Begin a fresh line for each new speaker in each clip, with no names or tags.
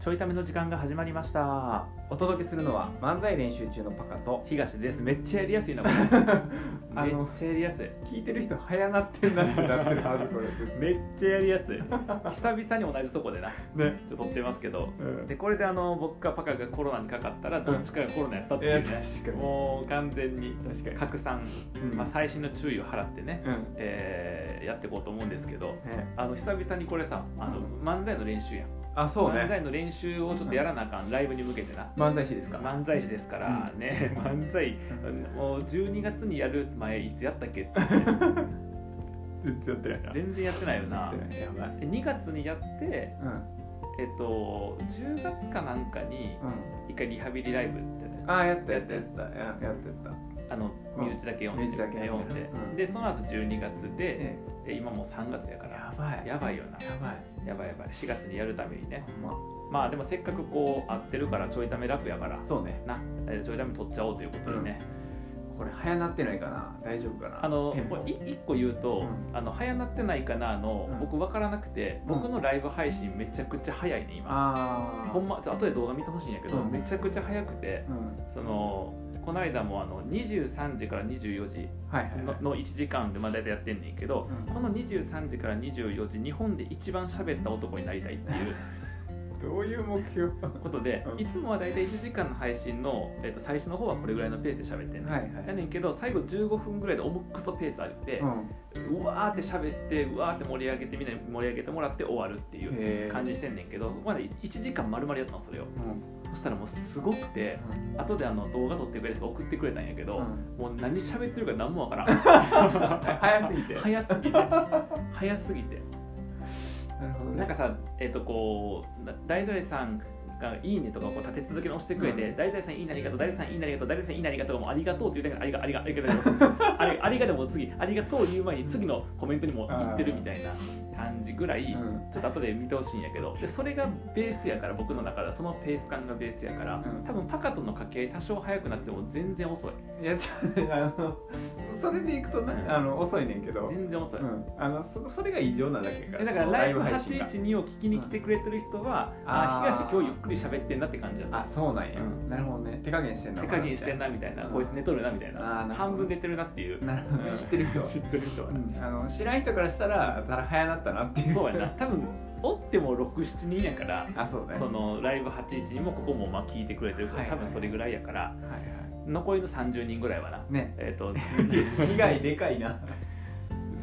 ちょいための時間が始まりました
お届けするのは漫才練習中のパカ と
東ですめっちゃやりや すいなこれ
あ
めっ
の
ちゃやりやすい
聞いてる人早なってんなってなってるはずこれ
めっちゃやりやすい久々に同じとこでなち
ね、
ょっと撮ってますけど
うん、
でこれであの僕かパカがコロナにかかったらどっちかがコロナやったっていう
いや
ね
確かに
もう完全に
確かに
拡散、
うん
まあ、最新の注意を払ってね、
うん
えーやっていこうと思うんですけど
ね
あの久々にこれさあの漫才の練習やん
あそう
漫才
ね
の練習をちょっとやらなあかん、ライブに向けてな
漫才師ですか、
漫才師ですからね、 漫才もう12月にやる前いつやったっけって
全然やってない な
全然やってないよな
やってないやばい
で2月にやって
うん
えっと10月かなんかに一回リハビリライブってね
うんあやったやったやったややってった
あの
うん
身内だけ読んで
身内だけ
読
読
ん
ん
で
で、うん
でその後12月で、
え
え今もう3月やから
やばい
やばいよな
やばい
やばいやばい4月にやるためにね
ほんま
まあでもせっかくこう会ってるからちょいため楽やから
そうね
なえーちょいため取っちゃおうということでね、
これ早なってないかな大丈夫かな
あの
テンポ
これい一個言うと「
うん
あの早なってないかな」の
うん
僕分からなくて
うん
僕のライブ配信めちゃくちゃ早いね今
ああ
ほんまちょ後で動画見てほしいんやけど
うん
めちゃくちゃ早くて
うん
そのこの間もあの23時から24時
はいはいはい
のの1時間でまあ大体やってんねんけど
うん
この23時から24時日本で一番喋った男になりたいっていう
どういう目標
ことで
うん
いつもは大体1時間の配信の、えっと最初の方はこれぐらいのペースで喋ってんねん
はいはい
やねんけど最後15分ぐらいで重くそペース上げて
う、ん
うわーって喋ってうわーって盛り上げてみんなに盛り上げてもらって終わるっていう
へー
感じしてんねんけどまだ1時間丸々やったのそれを
うん
そしたらもうすごくて
うん
後であの動画撮ってくれて送ってくれたんやけど、
うん
もう何喋ってるか何もわからん
早すぎて
早すぎて早すぎて
なるほどね
なんかさえっ、とこうな大々さんが「いいね」とかをこう立て続けに押してくれて「
う
大々さんいいねありがとう」「大々さんいいねありがとう」「大々さんいいねありがとう」もう「ありがとう」って言うだけで「ありがありがありがとう」あり「ありが」で も次「ありがとう」言う前に次のコメントにも言ってるみたいな感じぐらい、
うん
ちょっと後で見てほしいんやけどでそれがベースやから僕の中ではそのペース感がベースやから、
うん
多分パカとの掛け合い多少早くなっても全然遅い
いやちょあのそれでいくとね、
うん
あの遅いねんけど、
全然遅い、
うん、あのそそれが異常なだけやか
え
ら
だから
その
ライブ
配信が
812を聞きに来てくれてる人は、
ん
あ
あー
東今日ゆっくり喋ってんなって感じだった
あそうなんや、
うん
なるほどね手加減してんな
手加減してんなみたいな、
うん
こいつ寝とるなみたいな
あーなるほど
半分寝てるなっていう、
なるほどね、
うん
知ってる人は
知ってる人は
う
な、
んあの知らん人からしたらたら早なったなっ ていう
そうやな多分おっても67人やから
あそうね
そのライブ81にもここもまあ聞いてくれてる人
はいは
多
い
分それぐらいやから、
はいは
残りの30人ぐらいはない
ね
えっ、 と
被害でかい な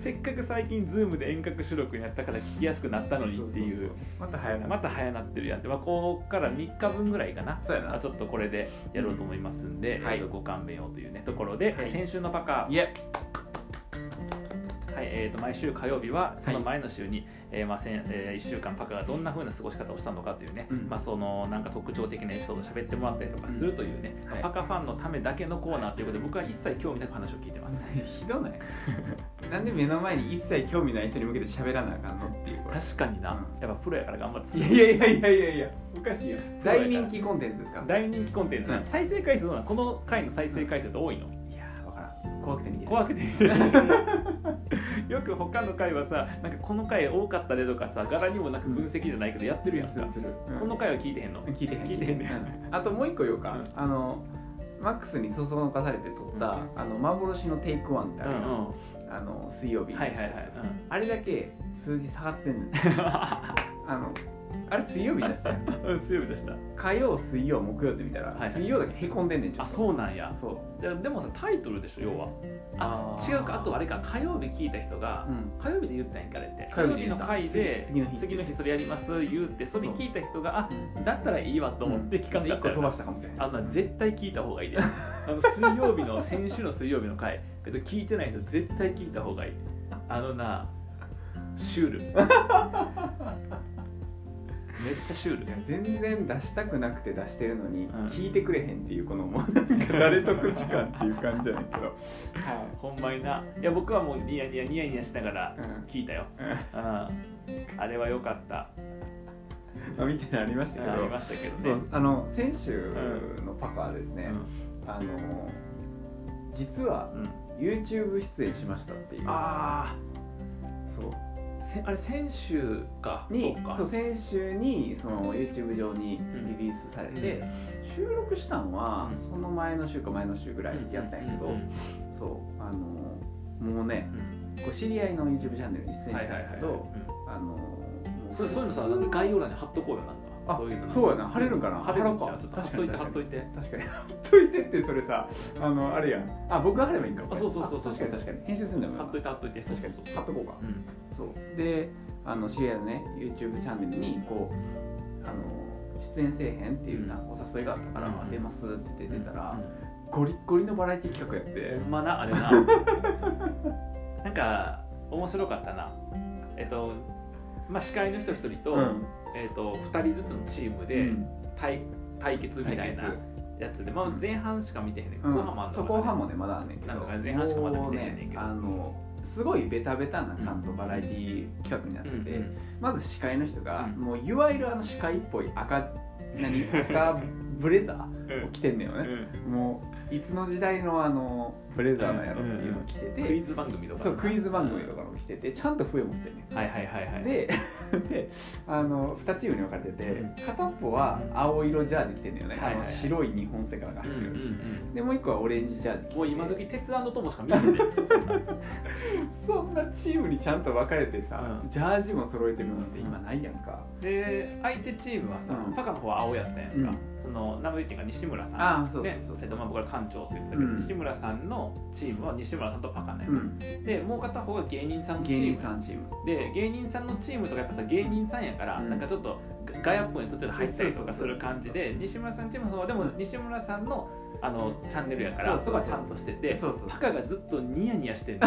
せっかく最近 Zoom で遠隔収録になったから聞きやすくなったのにっていう
そそそまた早な
また早なってるやんって、まあ、ここから3日分ぐらいかな
そうやな
あちょっとこれでやろうと思いますんで、
はい
えっとご勘弁をというねところで、え
はい
先週のパカ
いえ
はいえー、と毎週火曜日はその
はい
前の週に、えーまあせんえ1週間パカがどんな風な過ごし方をしたのかというね、
うん
まあ、そのなんか特徴的なエピソードを喋ってもらったりとかするというね、
うんはい
パカファンのためだけのコーナーということで僕は一切興味なく話を聞いてます
ひどないなんで目の前に一切興味ない人に向けて喋らなあかんのっていうこれ
確かにな、
うん
やっぱプロやから頑張って
いやいやいやいやいやおかしいよ
そうやから
大人気コンテンツですか
大人気コンテンツなの、
うん
再生回数どうなのこの回の再生回数って多いの、
いやーわからん怖くて見て
怖く
く
て よく他の回はさなんかこの回多かったでとかさ柄にもなく分析じゃないけどやってるやんか、
するする
この回は聞いてへんの、
聞いてへん
聞いてへんね
うんあともう一個言おうか、
うん
あのマックスにそそのかされて撮った、あの幻のテイクワンってあるやん
うんうん
あの水曜日に
はいはいはい、うん
あれだけ数字下がってんのあのあれ水曜日だしたよ
うん、 強いでした。
火曜水曜木曜って見たら、
はいはい
水曜だけへこんでんねんちょ
あ、
っと
そうなんや。
そう
いやでもさ、タイトルでしょ、要は。あ、
あー
違うか、あとあれか、火曜日聞いた人が、
うん
火曜日で言ったんやんか、あれって。火
火
曜
曜
日
日
の
の
回で、
次の日
次の日それやります、言うって、それ聞いた人が、あ、だったらいいわと思って聞かんか
一
った
個
よ
飛
な
ばしたかもしれない
あのな絶対聞いた方がい いで。あの水曜日の、先週の水曜日の回、けど聞いてない人、絶対聞いた方がいい。あのな、シュ ール。めっちゃシュール
い。や全然出したくなくて出してるのに、
うん
聞いてくれへんっていうこの もうなんか誰得時間っていう感じじゃないけどはい
ほんまにな。いや、僕はもうニヤニヤニヤニヤしながら
う
聞いたよ。
ん、う
う
ん
んあれは良かった。
まあみたいなのありましたけど
ありましたけど
そ
ね
う。あの先週のパパはです
う
ね、
ん
あの実は
うん
YouTube 出演しましたっていう
あ
そう
あ、せあれ先週か
に
そう
そう
か
先週にその YouTube 上にリリースされて、
うん
収録したんは
うん
その前の週か前の週ぐらいやったんやけど、
うんうん
そうあのもうね
うん
こう知り合いの YouTube チャンネルに出演
はいは
した
い
んや
はい
け
う
ど
ん
あのも
そうそういうのさ
普通
概要欄に貼っとこうよなんか
あ
そういうの
そうやな貼れるんかな
貼れるんちゃ
貼ろ
う
うか
ちょっと貼っといて貼っ
確
と
か
いて
確かに 貼っといてってそれさあのあれやんあ僕が貼ればいいんかこれ
あそうそうそうそう
あ確かに確かに編集するんだもんな
貼っといて貼っといて
確かに
そうそう
貼っとこうか
そううん
そうであの知り合いのね YouTube チャンネルにこうあの出演せえへんっていうなお誘いがあったから
うん
「あ出ます」って出てたら、
うん
ゴリッゴリのバラエティ企画やって
ほんまなあれ ななんか面白かったなえっとまあ司会の人一人と、
うん
えっと二人ずつのチームで
うん
対対決みたいな
対
やつで、まあ
う、ん
前半しか見てへんねん、
うん
後半もあんのか
そう
な
後半もねまだあんねんけど
なんか前半しかまだ見てへんねんけど
もうあのすごいベタベタなちゃんとバラエティ企画になっ
う
て
ん
て、まず司会の人が、
うん
もういわゆるあの司会っぽい赤 何赤ブレザー
うん
を着てんねんよね、もういつの時代のあのブレザーなんやろっていうのを着て
うん
て、
クイズ番組とか
そうクイズ番組とかも着ててちゃんと笛持ってるね
はいはいはいはい
で であの2チームに分かれて
うん
て片っぽは青色ジャージ着てんだよね、
はいはいはい
あの白い日本セカが
う
入
ん
っ
う
てる、
ん
でもう1個はオレンジジャー
う
ジ着て
んもう今時鉄アンドトモしか見てへんねん
そんなチームにちゃんと分かれてさ、
う
ジャージも揃えてるなんて今ないやんか、
で相手チームはさ、
うん
パカの方は青やったやんか、
うん
その名前言ってんか西村さん
あーそうそう
ね
そうそう
えっとまあ僕ら館長って言ってたけど、
うん
西村さんのチームは西村さんとパカね、
うん、
でもう片方が芸人さんのチ
芸
ーム
人さんチーム
で芸人さんのチームとかやっぱさ芸人さんやから、
うん
なんかちょっとガガヤっぽいの途中で入ったりとかする感じで
そう
西村さんチームの方はでも西村さんのあのチャンネルやから
そう
そ
そう
こ
そう
はちゃんとしてて
そうそう
パカがずっとニヤニヤしてん の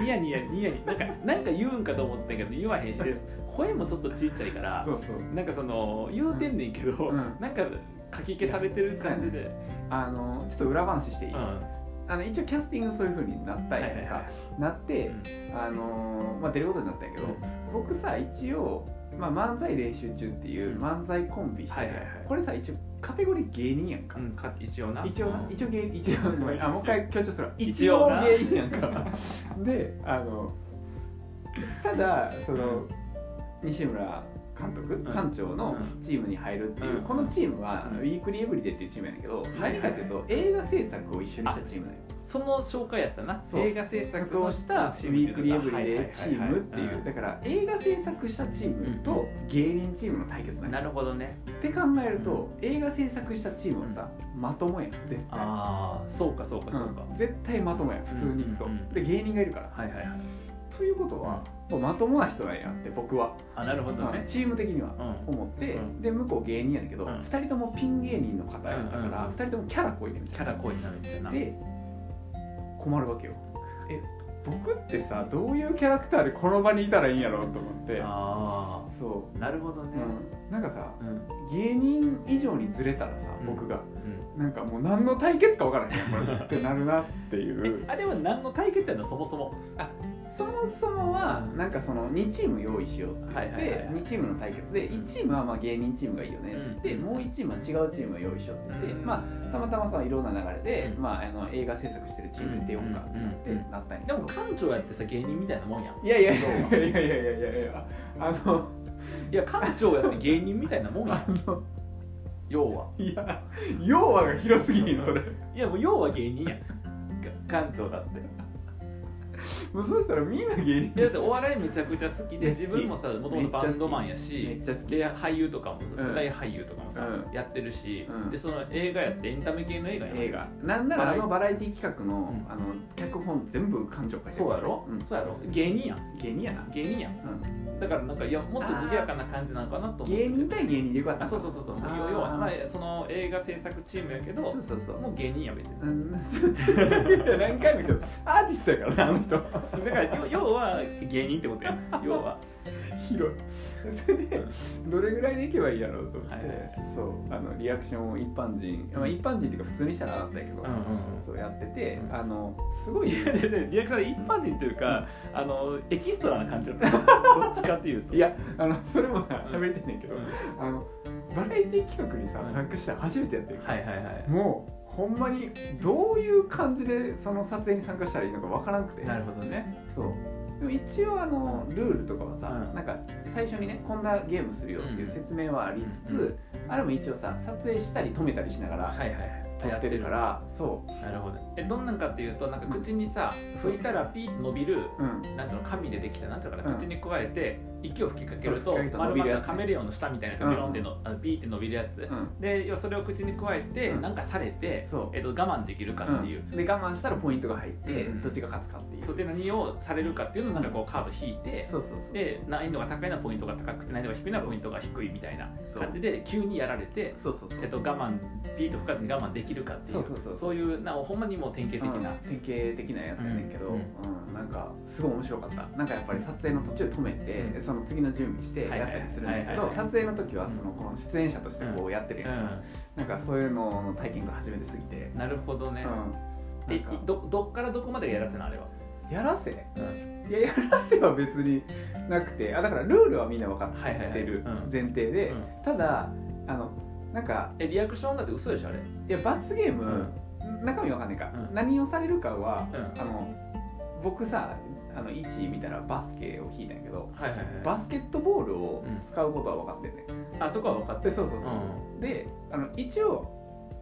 ニヤニヤニヤニヤなんかなんか言うんかと思ったけど言わへんしです声もちょっとちっちゃいから
そうそう
なんかその言うてんねんけど、
うん
なんかかき消されてる感じで、
あのちょっと裏話していい、
うん
あの一応キャスティングそういう風になったんやんか、
はいはいは
なって、
うん
あのーまあ、出ることになったんやけど、僕さ一応、まあ、漫才練習中っていう
うん
漫才コンビしてる、
はいはいはい
これさ一応カテゴリー芸人やんか、
うん、か一応な
一応な一応芸一応ごめんあ もう一回強調するわ一
一
応
応な
芸人やんかであのただその西村監督、
ん
館長のチームに入るっていう、
うん
このチームは、
うん
ウィークリーエブリデイっていうチームやねんけど、入りかっていうと映画制作を一緒にしたチームだよ
その紹介やったな
そう
映画制
作
作
を
を
し
したた
ウィークリーエブリデイチームっ
は
て
いはいは
う
は
だから映画制作したチームと芸人チームの対決
う
なんん
な
や
るほどね
って考えると映画制作したチームはさまともやん絶対
ああそうかそうかそうか、
うん絶対まともやん普通にいくと
うんうんうん
で芸人がいるから
はいはいはい
ということはもうまともな人なんやって僕は
あなるほど
うん
ね
チーム的には
うん、
思って
うん
で向こう芸人やねんけ
う
ど
ん
2人ともピン芸人の方やったか
うんうん
ら2人ともキャラ濃いねん
キャラ濃いなみたいな
で困るわけよえ僕ってさどういうキャラクターでこの場にいたらいいんやろうと思って
あ
そ
あなるほど
う、
ね
うん、なんかさ
うん、うん
芸人以上にずれたらさ、
うん
僕がなんかもう何の対決かわからへんこれってなるなっていう
えあれは何の対決やのそもそも
そもそもはなんかその2チーム用意しようって言って、
はいはいはいはい
2チームの対決で1チームはまあ芸人チームがいいよねって言って、
うん
もう1チームは違うチームを用意しようって言って、まあたまたまさいろんな流れで、
うん
まあ、あの映画制作してるチームに出ようかってなって、
うんうんうん
なったんやけ
で
ど
も館長やってさ芸人みたいなもんやん
いやいやいやいやいやいやいやいやあの
いや館長やって芸人みたいなもんや
あ
ん
の
要はい
や要はが広すぎんそれ
いやもう要は芸 人やんか館長だって
もうそうしたらみんな芸人
いやだってお笑いめちゃくちゃ好きで
いや好き
自分もさもともとバンドマンや
め
し
っちゃ好き
で俳優とかもさ
うん
舞台俳優とかもさ、
う
やってるし、
うん
でその映画やってエンタメ系の映画やん
映画なんならあのバ
バ
ラエティ企画の,、
うん
あの脚本全部館長化して
そうやろ、
うん、
そうやろ芸人やん
芸人やな、
芸人やんだからなんかいやもっと賑やかな感じなのかなと
うん、
思っ
芸
て
人対芸人でよかった
あそうそうそうそう
あー
要は、まあ、その映画制作チームやけど
そうそうそう
もう芸人や別に
うんいや何回も言うけどアーティストやからねあの人
だから要要は芸人ってことや 要は
広いそれでどれぐらいでいけばいいやろうと思って、
はいはいはい
そうあのリアクションを一般人、まあ、一般人っていうか普通にしたらあったけど、そうやってて、
うん
あの すごい
いやいやいやリアクション一般人というか、あのエキストラな感じだった どっちかっていうと
いやあのそれもな
うん
喋りてんねんけ
う
ど、
ん
あのバラエティ企画にさ
うん
参加したの初めてやってる、
はいはいはい
もうほんまにどういう感じでその撮影に参加したらいいのかわからなくて
なるほどね
そうでも一応あのルールとかはさ、
うん
なんか最初にねこんなゲームするよっていう説明はありつつ、
うんう
あれも一応さ撮影したり止めたりしなが
はいは
ら
いはい
撮ってるからそ
なるほど
えどんなんかっていうとなんか口にさ
そう
拭いたらピーって伸びる
ううん
なんていうの紙でできたなんていうのか
う
なん口に加えて息を吹きかける
そ
と
う吹きかけたら
丸
伸び
まっ
るや
た
つね
カメレオンの下みたいなやつ
うん
がビロンでのあのピーって伸びるやつ
うん
で要はそれを口に加えて
うん
なんかされて
そう
えっと我慢できるかっていう
で我慢したらポイントが入って、
うん
どっちが勝つかっていう
そうで何をされるかっていうのをなんかこうカード引いて
そうそうそう
で難易度が高いのはポイントが高くて難易度が低いのはポイントが低いみたいな
そう
感じで急にやられて、
そうそうそう
えっと、我慢ピーと吹かずに我慢できるかっていう
そうそうそう
そういうなほんまにもう典型的な、
うん典型的なやつやねんけ
う
ど、うんんなんかすごい面白かったなんかやっぱり撮影の途中で止めて、
うん
その次の準備して
はい
や
は
っ
い
たりするんだ
はい
けど、
はいはい
撮影の時はそのこの出演者としてこうやってるやん、なんかそういうのの体験が初めてすぎて、
うんなるほど
う
ね、
ん、
え
なんか
どどっからどこまでやらせなあれは、
やらせいややらせは別になくてあだからルールはみんな分かっ
はいはいはい
てる
うん
前提で、
うん
ただあのなんか
えリアクションだって嘘でしょあれ
いや罰ゲーム、
うん
中身わかんないか、
うん
何をされるかは、
うん
あの僕さあの1位見たらバスケを引いたんやけど
はいはいはい
バスケットボールを使うことは分かってんね、
あそこは分かって
で
る
そうそうそう、であの一応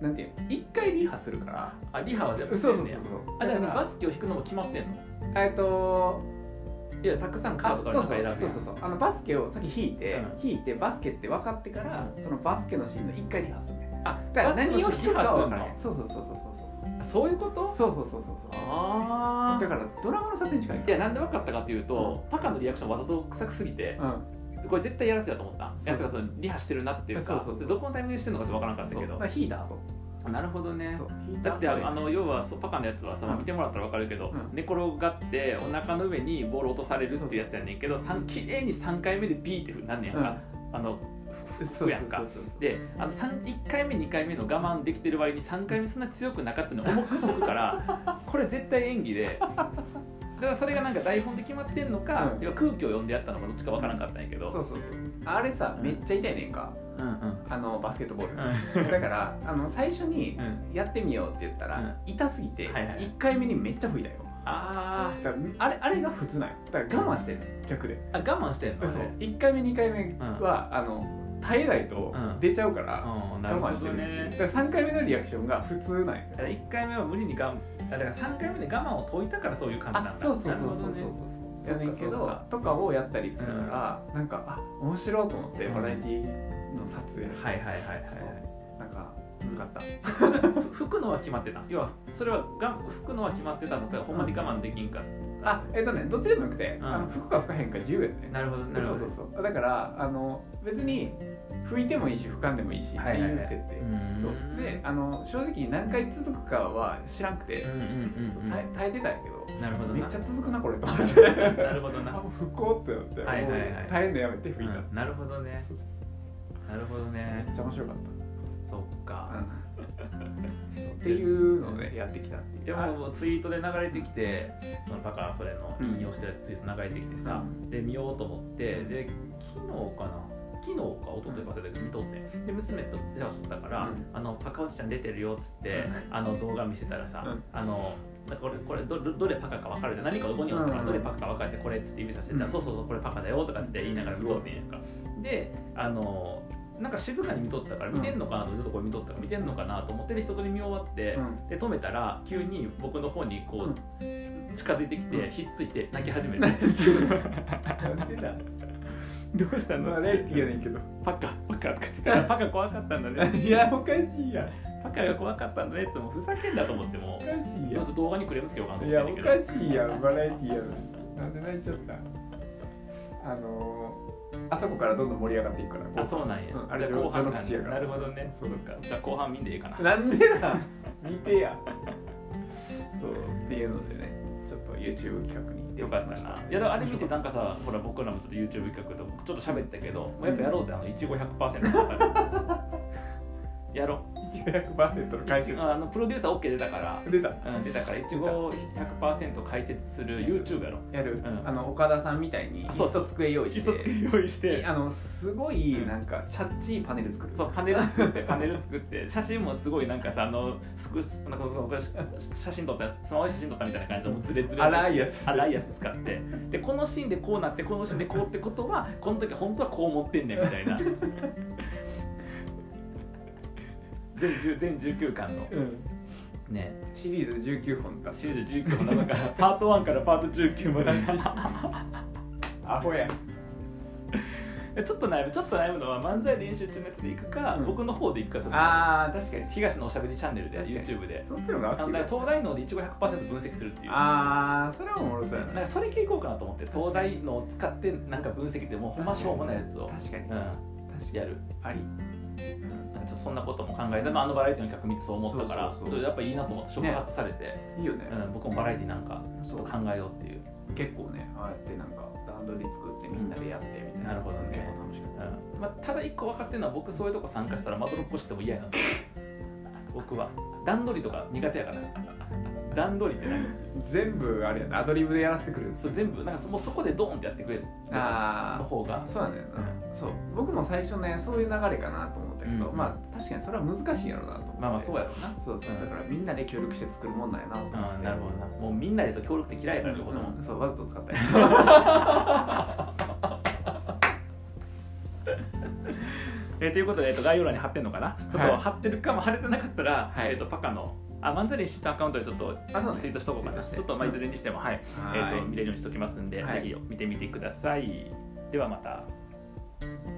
なんていう1回リハするから
あリハはじゃあ
そうそうそう
や
そう
あだから
バ
バスケを引くのも決まってんの
スえっと
いやたくさんカ
あ
ードか
そう
らな
そうん
か選ぶやん
そうそうそうあのバスケを先引いて、
う
引いてバスケって分かってからそのバスケのシーンの1回リハするね
あ
だから
バスケ
何を
を
引
引
く
く
か
か
は
は分
分か
からら
へ
へ
ん
ん
そうそうそうそうそう
あそういうこと
そうそうそうそうそうそう
あ
だ
あ
からドラマの撮影に近い
いやなんで分かったかっていうと、パカのリアクションわざと臭くすぎて、
うん
これ絶対やらせやと思った
そう
やつがそのリハしてるなっていうか
そうそうそう
どこのタイミングでしてるのかちょっとわからなかったけど
そうヒーターと
なるほどね
そうヒー
だ
ター
っ
と
てあのあの要はそうパカのやつはさ、
うん
見てもらったらわかるけど、
うん
寝転がってお腹の上にボール落とされるっていうやつやねんけど3綺麗に3回目でビーってなんねんか、あの
そう
服やんか
そうそうそう
であの1回目2回目の我慢できてる割に3回目そんな強くなかったの重くそくから これ絶対演技でだからそれがなんか台本で決まってんのか、
うん
要は空気を読んでやったのかどっちかわからんかったんやけど
そうそうそうあれさ
うん
めっちゃ痛いねんか
うんうん
あのバスケットボール
う
だからあの最初に
んうん
やってみようって言ったら痛すぎて
はいはい
1回目にめっちゃ吹いたよ
あ
だからあれあれが普通なんよだから我慢してる逆で
ーあ我慢してん
そ
の
う
あれ
1回目2回目はあの耐えないと
うん
出ちゃうから
うんなる
我慢
ほ
して
ど
る
ね
だから3回目のリアクションが普通なんよ
だから1回目は無理にがんあだから3回目で我慢を解いたからそういう感じな
あ
んだ
そうそうそうそ
な
う
るほ
そう
どね
そうやねんけどとかをやったりするから、なんかあ面白いと思って
うん
バラエティの撮影、
はいはいはいはい
なんか難かっ
はいふ吹くのは決まってた要はそれはがん吹くのは決まってたのかほんまに我慢できんか
たあえっとねどっちでもよくて、
ん
あの吹くか吹かへんか自由やね
なるほどなる
そ
ほ
う
ど
そうそうだからあの別に吹いてもいいし吹かんでもいいしって
はい
い
はいは
う
い
設定、
うん
そうであの正直何回続くかは知らんくて、
うんうん
そう
うんうん
耐え耐えてたんやけど
なるほど
め
な
っちゃ続く なこれと思って
なるほどな
あ吹こうってなって、
はいはいはい
もう耐えんのやめて吹いた、
うんなるほどね
そうそう
なるほどね
めっちゃ面白かった
そっか
っていうのをねやってきたっていう
でももうツイートで流れてきてそのパカそれの引用してるやつツイート流れてきてさ、で見ようと思ってで昨日かな昨日か一昨日か忘れたけど見とってで娘と手話しとったから、
うん
あの「パカおじちゃん出てるよ」っつって、あの動画見せたらさ、
うん
あのなんかこれこれどどどれパカか分かるで何かここにおったか
う
ら
ん
どれパカか分かれてこれっつって指さしてたら、
うん
そうそうそうこれパカだよとかって言いながら見とってんやんかであのなんか静かに見とったから見てんのかなとずっとこれ見とったから見てんのかなと思ってで一通り見終わって、
うん
で止めたら急に僕の方にこう
う
ん近づいてきて、
うん
ひっついて泣き始める
なんでだ
どうした
ま
の
あレッキーやねんけど
パカパカとか言ってたら パカ怖かったんだね
いやおかしいやん
パカが怖かったんだねってもうふざけんなと思っても
おかしい
ち
や
ょっ
ん
と動画にクレームつけようかなと思
いや
っ
お
てん
か
だけど
しいやんバラエティーやのになんで泣いちゃったあのー、あそこからどんどん盛り上がっていくから
あそうなんや、
うんあ
じ
れ
ゃあ後半
序の口やから
なるほどね
そう
かじゃあ後半見んでいいかな
なんでだ見てやそうっていうのでねちょっと YouTube 企画に出て
よ
き
か
ま
った
し
な。いやだからあれ見てなんかさ、ほら僕らもちょっと YouTube 企画でちょっと喋ったけど、もうやっぱやろうぜ、あの1500%とかで。やろう。
100%の回収
あのプロデューサー OK 出たから
出た
うん、出たからいちご100%解説する YouTube やろ
やる、
うん
あの岡田さんみたいに
あ
椅
そう
子と机用意して
用意して
あのすごい
うん
なんかチャッチーパネル作る、
そうパネル作ってパネル作って写真もすごいなんかさあのスクなんかそこ写真撮ったスマホで写真撮ったみたいな感じでもうズレズレ
荒いやつ
荒いやつ使ってでこのシーンでこうなってこのシーンでこうってことはこの時本当はこう持ってんねんみたい な全10全19巻の
うん、
ね
シリーズ19本だし
シリーズ19の中からパート1からパート19ま
アホや
でちょっと悩むちょっと悩むのは漫才練習中のやつでいくか、
うん
僕の方でいくかちょっと悩
あー確かに
む東のおしゃべりチャンネルで
確かに
YouTube で
そっちの方が
あ
合って
の
る
だから東大脳でいちご100%分析するっていう
あーそれはおもろそうや
なん
な
かそれ系いこうかなと思って
かに
東大脳を使ってなんか分析でもうほんましょうもないやつを、
確かに
うん、
確かに
やる
あり
なんかちょっとそんなことも考えて、まあ、あのバラエティの企画見てそう思ったから
そ
そ
うそうそう
れやっぱいいなと思って触発されて、
いいよね、
うん、僕もバラエティなんかちょ
そ
っ
う
と考えようっていう、
結構ねああやってなんか段取り作ってみんなでやってみたいな
なるほどね
結構楽しかっ
うんまあ、ただ一個分かってるのは僕そういうとこ参加したらまどろっぽしくても嫌やな と思う僕は段取りとか苦手やから段取りって何
た全部あれやなアドリブでやらせてくれる
そう全部なんかそもうそこでドーンってやってくれるの
あ
方が
あそうなんだよなそう僕も最初ねそういう流れかなと思ったけど、
うん
まあ確かにそれは難しいやろうなと思って
まあまあそうやろうな
そうそう
うん
だからみんなで協力して作るもんなんやなと思って、
うん、なるほどな。もうみんなでと協力って嫌いやからね、子供。
うんそうわざと使ったや
えーということで、えーと概要欄に貼ってんのかな。ちょっ
はい
と貼ってるかも貼れてなかったら、
はい
えっ、とパカの。あ、漫才練習とアカウントでちょっと
つあそうね
ツイートしとこうかな。
ツイートして
ちょっとまあいずれにしても、はい、えっ、
は
と
い
見れるようにしときますんで、
はい
ぜひ見てみてください。ではまた。
「